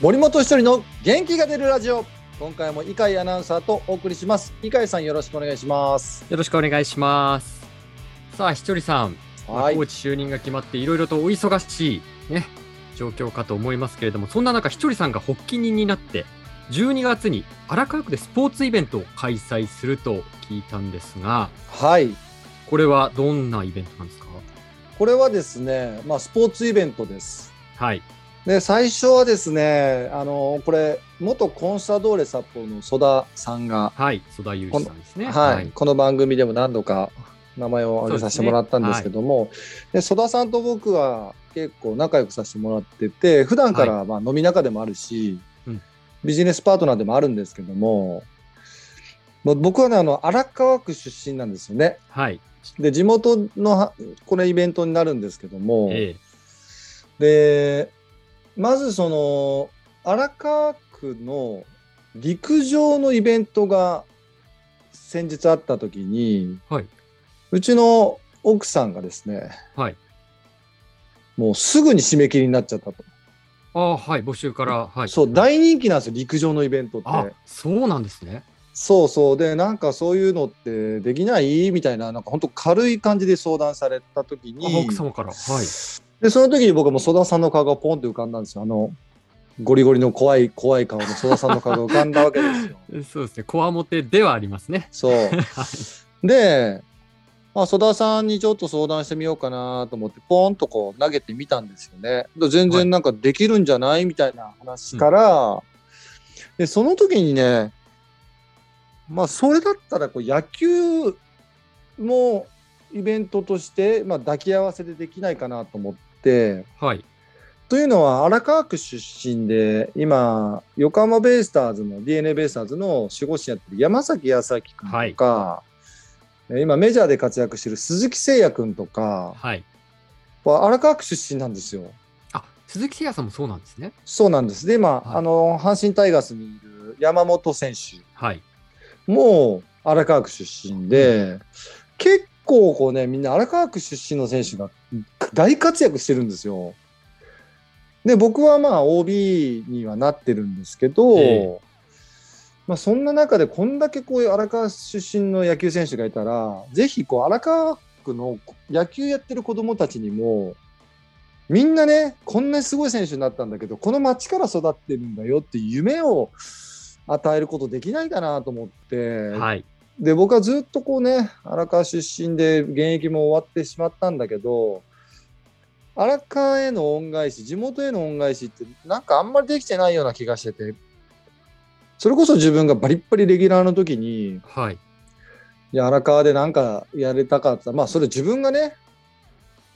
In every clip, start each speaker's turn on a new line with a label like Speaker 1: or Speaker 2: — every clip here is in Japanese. Speaker 1: 森本一人の元気が出るラジオ今回も伊海アナウンサーとお送りします伊海さんよろしくお願いします
Speaker 2: よろしくお願いします。さあ、ひとりさん、まあ
Speaker 1: はい
Speaker 2: コーチ就任が決まって、いろいろとお忙しい、ね、状況かと思いますけれども、そんな中、ひとりさんが発起人になって、12月に荒川区でスポーツイベントを開催すると聞いたんですが、
Speaker 1: はい
Speaker 2: これはどんなイベントなんですか
Speaker 1: これはですねまあスポーツイベントです
Speaker 2: はい。
Speaker 1: で最初はですねあのこれ元コンサドーレ札幌の曽田さんが、
Speaker 2: はい。曽田祐二さんですね。
Speaker 1: はいこの番組でも何度か名前を挙げさせてもらったんですけどもで曽田さんと僕は結構仲良くさせてもらってて普段からまあ飲み仲でもあるし、
Speaker 2: うん
Speaker 1: ビジネスパートナーでもあるんですけどももう僕はねあの荒川区出身なんですよね。
Speaker 2: はい。
Speaker 1: で地元のはこれイベントになるんですけども、
Speaker 2: え
Speaker 1: でまずその荒川区の陸上のイベントが先日あった時に、
Speaker 2: はい、
Speaker 1: うちの奥さんがですね、
Speaker 2: はい、
Speaker 1: もうすぐに締め切りになっちゃったと、
Speaker 2: えああ、はい。募集から、はい。
Speaker 1: そう大人気なんですよ陸上のイベントって
Speaker 2: あ、そうなんですね。
Speaker 1: そうそうでなんかそういうのってできないみたいななんか本当軽い感じで相談された時
Speaker 2: あ
Speaker 1: に
Speaker 2: 奥様から。はい。
Speaker 1: で、その時に僕はもう曽田さんの顔がポンって浮かんだんですよ。あの、ゴリゴリの怖い、怖い顔の曽田さんの顔が浮かんだわけです よ。
Speaker 2: えそうですね。こわもてではありますね。
Speaker 1: そう。で、まあ、曽田さんにちょっと相談してみようかなと思って、ポンとこう投げてみたんですよね。で全
Speaker 2: はい
Speaker 1: 然なんかできるんじゃないみたいな話から、で、その時にね、まあ、それだったらこう野球もイベントとして、まあ、抱き合わせでできないかなと思って、
Speaker 2: はい。
Speaker 1: というのは荒川区出身で今横浜ベイスターズの d n a ベイスターズの守護神やってる山崎康明君とか、え今メジャーで活躍してる鈴木誠也君とか
Speaker 2: はい。
Speaker 1: は荒川区出身なんですよ。
Speaker 2: あ、鈴木誠也さんもそうなんですね。
Speaker 1: そうなんですで今、
Speaker 2: はい
Speaker 1: あの阪神タイガースにいる山本選手
Speaker 2: はい。
Speaker 1: も荒川区出身で結構こうねみんな荒川区出身の選手が大活躍してるんですよ。で僕はまあ OB にはなってるんですけど、
Speaker 2: え
Speaker 1: まあ、そんな中でこんだけこういう荒川出身の野球選手がいたらぜひこう荒川区の野球やってる子どもたちにもみんなねこんなにすごい選手になったんだけどこの町から育ってるんだよっていう夢を与えることできないかなと思って、
Speaker 2: はい。
Speaker 1: で僕はずっとこうね荒川出身で現役も終わってしまったんだけど荒川への恩返し地元への恩返しってなんかあんまりできてないような気がしててそれこそ自分がバリッバリレギュラーの時に
Speaker 2: はい。
Speaker 1: いや荒川でなんかやれたかったまあそれ自分がね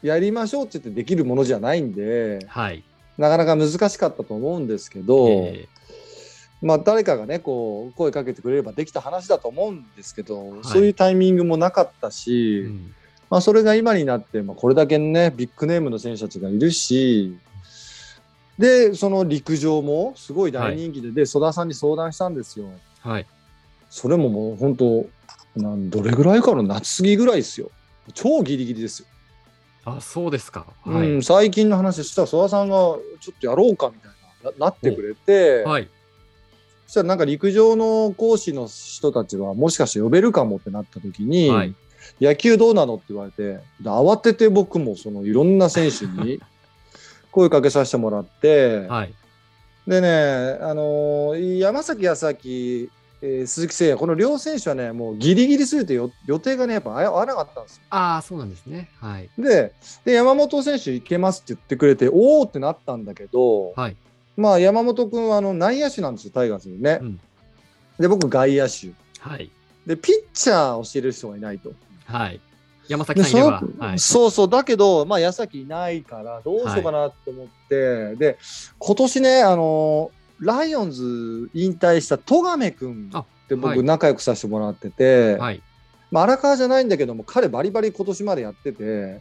Speaker 1: やりましょうって言ってできるものじゃないんで
Speaker 2: はい。
Speaker 1: なかなか難しかったと思うんですけど、
Speaker 2: え
Speaker 1: まあ、誰かがねこう声かけてくれればできた話だと思うんですけど、
Speaker 2: い
Speaker 1: そういうタイミングもなかったし、
Speaker 2: ーうん
Speaker 1: まあ、それが今になって、まあ、これだけねビッグネームの選手たちがいるしでその陸上もすごい大人気で,、で曽田さんに相談したんですよ。
Speaker 2: はい。
Speaker 1: それももう本当なんどれぐらいかの夏過ぎぐらいですよ。超ギリギリですよ、
Speaker 2: あ、そうですか。は
Speaker 1: う
Speaker 2: い。
Speaker 1: ん、最近の話したら曽田さんがちょっとやろうかみたいなななってくれて、
Speaker 2: はい。
Speaker 1: そしたらなんか陸上の講師の人たちはもしかして呼べるかもってなった時に、
Speaker 2: はい。
Speaker 1: 野球どうなのって言われてで慌てて僕もそのいろんな選手 に声かけさせてもらって、
Speaker 2: はい。
Speaker 1: でね、あのー山崎康明、えー鈴木誠也この両選手はねもうギリギリすぎてよ予定がねやっぱ合わ合わなかったんですよ。
Speaker 2: ああ、そうなんですね。はい。
Speaker 1: でで山本選手いけますって言ってくれておおってなったんだけど、
Speaker 2: はい。
Speaker 1: まあ、山本君はあの内野手なんですよタイガースにね。
Speaker 2: うん
Speaker 1: で僕外野手。
Speaker 2: はい。
Speaker 1: でピッチャーをしてる人がいないと、
Speaker 2: はい。山崎さんいれば
Speaker 1: で、
Speaker 2: はい。
Speaker 1: そうそうだけど、まあ、矢崎いないからどうしようかなと思って、で今年ねあのライオンズ引退した戸亀君
Speaker 2: あ
Speaker 1: って僕、
Speaker 2: はい
Speaker 1: 仲良くさせてもらってて、
Speaker 2: はい。
Speaker 1: まあ、荒川じゃないんだけども彼バリバリ今年までやってて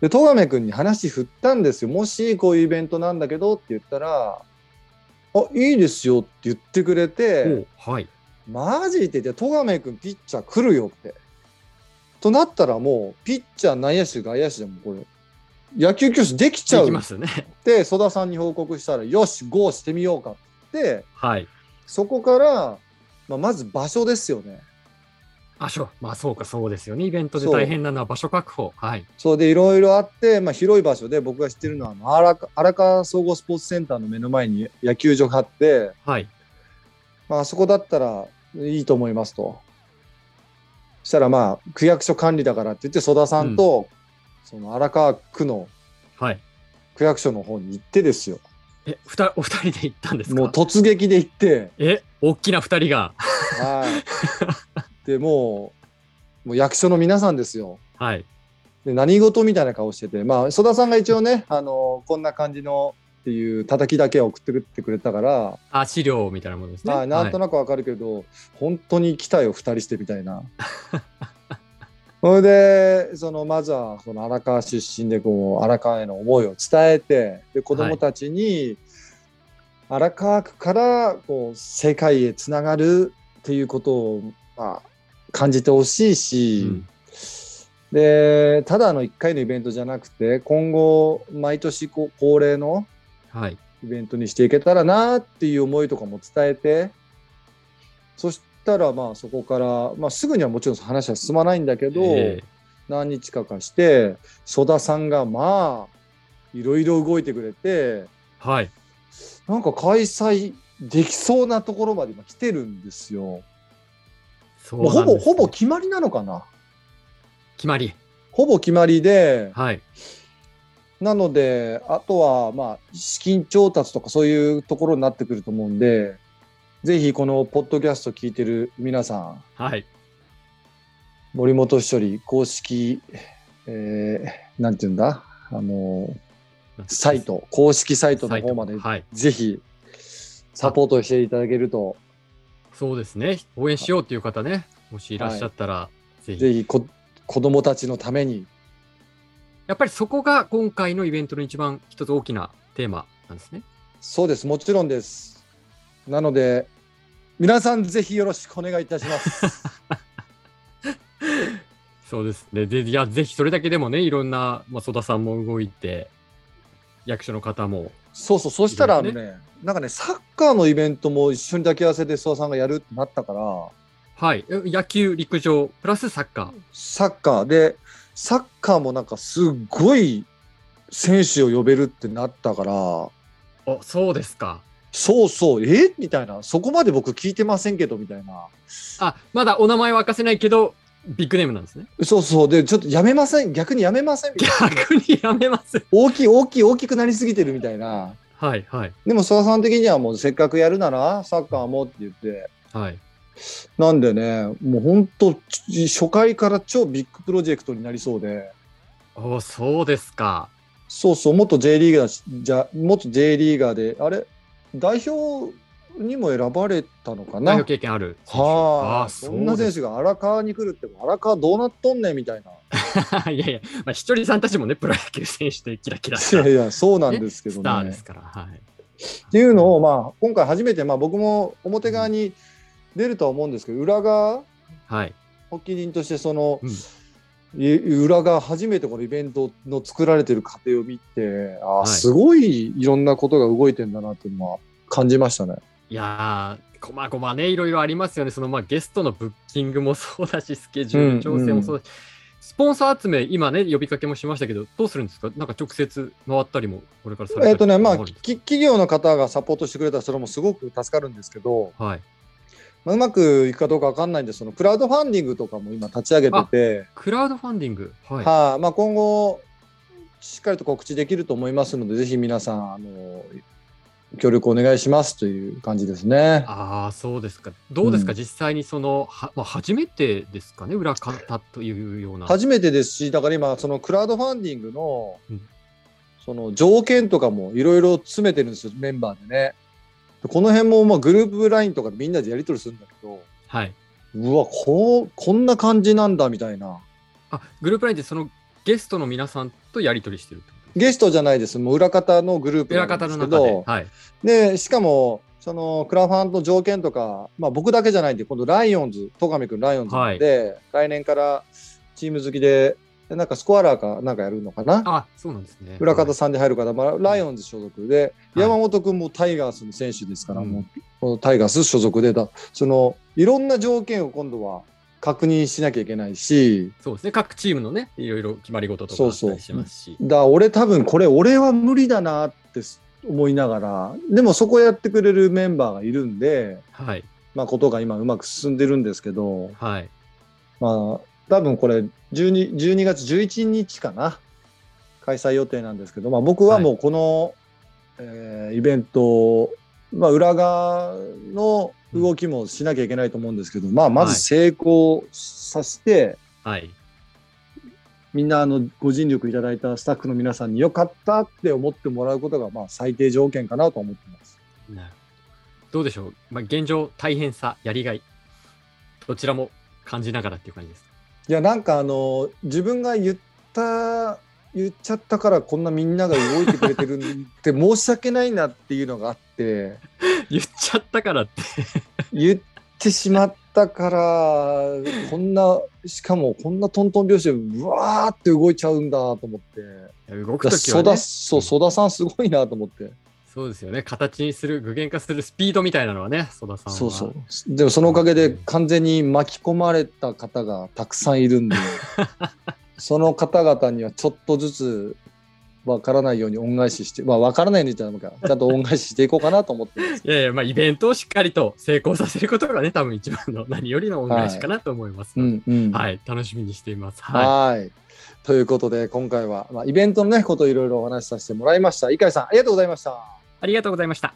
Speaker 1: で戸亀君に話振ったんですよもしこういうイベントなんだけどって言ったら「あいいですよ」って言ってくれて。
Speaker 2: おうはい。
Speaker 1: マジって言って、戸亀君ピッチャー来るよって。となったらもう、ピッチャー、内野手、外野手でもこれ、野球教室できちゃ
Speaker 2: で
Speaker 1: う
Speaker 2: き
Speaker 1: っ
Speaker 2: ますよね。
Speaker 1: て曽田さんに報告したらよし GO してみようかって
Speaker 2: はい。
Speaker 1: そこから、まあ、まず場所ですよね。
Speaker 2: あ、そう。まあ、そうか、そうですよね。イベントで
Speaker 1: そう
Speaker 2: 大変なのは場所確保。はい。
Speaker 1: そうでいろいろあって、まあ、広い場所で僕が知ってるのはあの荒川荒川総合スポーツセンターの目の前に野球場があって、
Speaker 2: はい。
Speaker 1: まああそこだったらいいと思いますと。そしたらまあ区役所管理だからって言って曽田さんと、その荒川区の
Speaker 2: はい。
Speaker 1: 区役所の方に行ってですよ
Speaker 2: え、ふたお二人で行ったんです
Speaker 1: もう
Speaker 2: か
Speaker 1: 突撃で行っ て、
Speaker 2: え、大きな二人が。
Speaker 1: はい、でもうもう役所の皆さんですよ
Speaker 2: はい。
Speaker 1: で何事みたいな顔してて、まあ、曽田さんが一応ね、あのこんな感じのっていう叩きだけは送ってってくれたから、
Speaker 2: あ、資料みたいなものですね。
Speaker 1: まあ、なんと
Speaker 2: はい
Speaker 1: なくわかるけど、本当に来たよ、2人してみたい な。それでそのまずはその荒川出身でこう荒川への思いを伝えてで子どもたちに荒川区からこう世界へつながるっていうことを、まあ、感じてほしいし、
Speaker 2: うん
Speaker 1: でただの1回のイベントじゃなくて今後毎年こう恒例の
Speaker 2: はい。
Speaker 1: イベントにしていけたらなっていう思いとかも伝えてそしたらまあそこから、まあ、すぐにはもちろん話は進まないんだけど、
Speaker 2: えー
Speaker 1: 何日かかして曽田さんがまあいろいろ動いてくれて
Speaker 2: はい。
Speaker 1: なんか開催できそうなところまで今来てるんですよ。
Speaker 2: そう
Speaker 1: もう
Speaker 2: な
Speaker 1: ほ
Speaker 2: んです
Speaker 1: ぼ
Speaker 2: ね
Speaker 1: ほぼ決まりなのかな
Speaker 2: 決まり。
Speaker 1: ほぼ決まりで、
Speaker 2: はい。
Speaker 1: なので、あとは、まあ、資金調達とかそういうところになってくると思うんで、ぜひこのポッドキャスト聞いてる皆さん、
Speaker 2: はい。
Speaker 1: 森本一人公式、えー、なんていうんだ、あの、サイ。ト、公式サイトの方まで、
Speaker 2: はい。
Speaker 1: ぜひサポートしていただけると、
Speaker 2: そうですね。応援しようっていう方ね、もしいらっしゃったら、ぜひ。
Speaker 1: ぜひこ子供たちのために、
Speaker 2: やっぱりそこが今回のイベントの一番一つ大きなテーマなんですね。
Speaker 1: そうです、もちろんです。なので、皆さんぜひよろしくお願いいたします。
Speaker 2: そうですね。で、いや、ぜひそれだけでもね、いろんな、まあ、曽田さんも動いて、役所の方も、
Speaker 1: そうそう、そうしたらあの
Speaker 2: いろ
Speaker 1: ね、なんかね、サッカーのイベントも一緒に抱き合わせで諏訪さんがやるってなったから、
Speaker 2: はい、え野球、陸上、プラスサッカー。
Speaker 1: サッカーで、サッカーもなんかすっごい選手を呼べるってなったから、
Speaker 2: あ、そうですか。
Speaker 1: そうそう、えみたいな、そこまで僕聞いてませんけど、みたいな。
Speaker 2: あ、まだお名前は明かせないけど、ビッグネームなんですね。
Speaker 1: そうそう、で、ちょっとやめません、逆にやめません、みたいな。
Speaker 2: 逆にやめます。
Speaker 1: 大きい、大きい、大きくなりすぎてるみたいな。
Speaker 2: はい、はい、
Speaker 1: でも、諏訪さん的にはもうせっかくやるなら、サッカーもって言って、
Speaker 2: はい。
Speaker 1: なんでね、もう本当、ち初回から超ビッグプロジェクトになりそうで、
Speaker 2: お、そうですか。
Speaker 1: そうそう、元 J リーガーしじゃ、元 J リーガーで、あれ、代表にも選ばれたのか
Speaker 2: 代
Speaker 1: な
Speaker 2: 表。経験ある選手。
Speaker 1: はあ、
Speaker 2: あ、
Speaker 1: そ
Speaker 2: そ
Speaker 1: んな
Speaker 2: うで
Speaker 1: 選
Speaker 2: す。
Speaker 1: 手が荒川に来るって、荒川どうなっとんねんみたいな。
Speaker 2: いやいや、まあ、ひとりさんたちもね、プロ野球選手でキラキラし
Speaker 1: い
Speaker 2: た
Speaker 1: やいや、そうなんですけ
Speaker 2: ス
Speaker 1: ど
Speaker 2: ター
Speaker 1: ね。
Speaker 2: で
Speaker 1: っ
Speaker 2: すから。はい。
Speaker 1: ていうのを、まあ、今回初めて、まあ、僕も表側に出るとは思うんですけど、裏側、
Speaker 2: はい。
Speaker 1: 発起人として、その、
Speaker 2: うん
Speaker 1: い裏が初めてこのイベントの作られてる過程を見て、あー
Speaker 2: い
Speaker 1: すごいいろんなことが動いてんだなっていうのは感じましたね。
Speaker 2: いやー、こまごまね、いろいろありますよね。そのまあゲストのブッキングもそうだし、スケジュール調整もそうだし、スポンサー集め、今ね、呼びかけもしましたけど、どうするんですかなんか直接回ったりも、これからされたり
Speaker 1: えっとね、まあ、
Speaker 2: るんです
Speaker 1: き企業の方がサポートしてくれたらそれもすごく助かるんですけど、
Speaker 2: かはい。
Speaker 1: まあ、うまくいくかどうかわかんないんで、そのクラウドファンディングとかも今立ち上げてて、
Speaker 2: クラウドファンディング。はい。
Speaker 1: はいまあ、今後、しっかりと告知できると思いますので、ぜひ皆さん、あの、協力お願いしますという感じですね。
Speaker 2: ああ、そうですか。どうですか、
Speaker 1: うん
Speaker 2: 実際にその、はまあ、初めてですかね、裏方というような。
Speaker 1: 初めてですし、だから今、そのクラウドファンディングの
Speaker 2: うん、
Speaker 1: その条件とかもいろいろ詰めてるんですよ、メンバーでね。でこの辺もまあグループラインとかでみんなでやり取りするんだけど、
Speaker 2: はい。
Speaker 1: うわ、こう、こんな感じなんだみたいな。
Speaker 2: あ、グループラインでそのゲストの皆さんとやり取りしてるってこと
Speaker 1: ゲストじゃないです、もう裏方のグループ
Speaker 2: 裏
Speaker 1: なん
Speaker 2: 方
Speaker 1: で
Speaker 2: の
Speaker 1: すけ
Speaker 2: 中で
Speaker 1: ど。、
Speaker 2: はい。
Speaker 1: で、しかも、そのクラファンの条件とか、まあ僕だけじゃないんで、今度ライオンズ、戸上くんライオンズなんで、来年からチーム好きででなんかスコアラーかなんかやるのかな
Speaker 2: あ、そうなんですね。
Speaker 1: 裏方さんで入る方、まあ、ライオンズ所属で、
Speaker 2: はい
Speaker 1: 山本君もタイガースの選手ですから、
Speaker 2: うん
Speaker 1: もうこのタイガース所属でだそのいろんな条件を今度は確認しなきゃいけないし
Speaker 2: そうですね。各チームのね、いろいろ決まり事とか
Speaker 1: そ
Speaker 2: あ
Speaker 1: う
Speaker 2: った
Speaker 1: そう
Speaker 2: りしますし。
Speaker 1: だ俺多分これ俺は無理だなって思いながらでもそこやってくれるメンバーがいるんで、
Speaker 2: はい。
Speaker 1: まあ、ことが今うまく進んでるんですけど、
Speaker 2: はい。
Speaker 1: まあ、多分これ 12, 12月11日かな開催予定なんですけど、まあ、僕はもうこの、えーイベントを、まあ、裏側の動きもしなきゃいけないと思うんですけど、まあ、まず成功させて、
Speaker 2: はい。
Speaker 1: みんなあのご尽力いただいたスタッフの皆さんによかったって思ってもらうことが、まあ、最低条件かなと思ってます。
Speaker 2: なるほど。どうでしょう。まあ、現状、大変さ、やりがい。どちらも感じながらっていう感じです。
Speaker 1: いやなんかあの自分が言った言っちゃったからこんなみんなが動いてくれてるんって申し訳ないなっていうのがあって
Speaker 2: 言っちゃったからって。
Speaker 1: 言ってしまったからこんなしかもこんなトントン拍子でうわーって動いちゃうんだと思って
Speaker 2: 動くとき
Speaker 1: 蘇
Speaker 2: は、ね
Speaker 1: 田、そう蘇田さんすごいなと思って
Speaker 2: そうですよね。形にする、具現化するスピードみたいなのはね、曽田さんは。
Speaker 1: そうそうでもそのおかげで完全に巻き込まれた方がたくさんい るんでその方々にはちょっとずつわからないように恩返ししてまあわからないようにじゃないかちゃんと恩返ししていこうかなと思ってます
Speaker 2: いやいや、まあ、イベントをしっかりと成功させることがね、多分一番の何よりの恩返しかなと思います
Speaker 1: う
Speaker 2: ので。
Speaker 1: んうん
Speaker 2: はいい、楽しみにしています。は
Speaker 1: はいということで今回は、まあ、イベントのねことをいろいろお話しさせてもらいました井上さんありがとうございました
Speaker 2: い、ありがとうございました。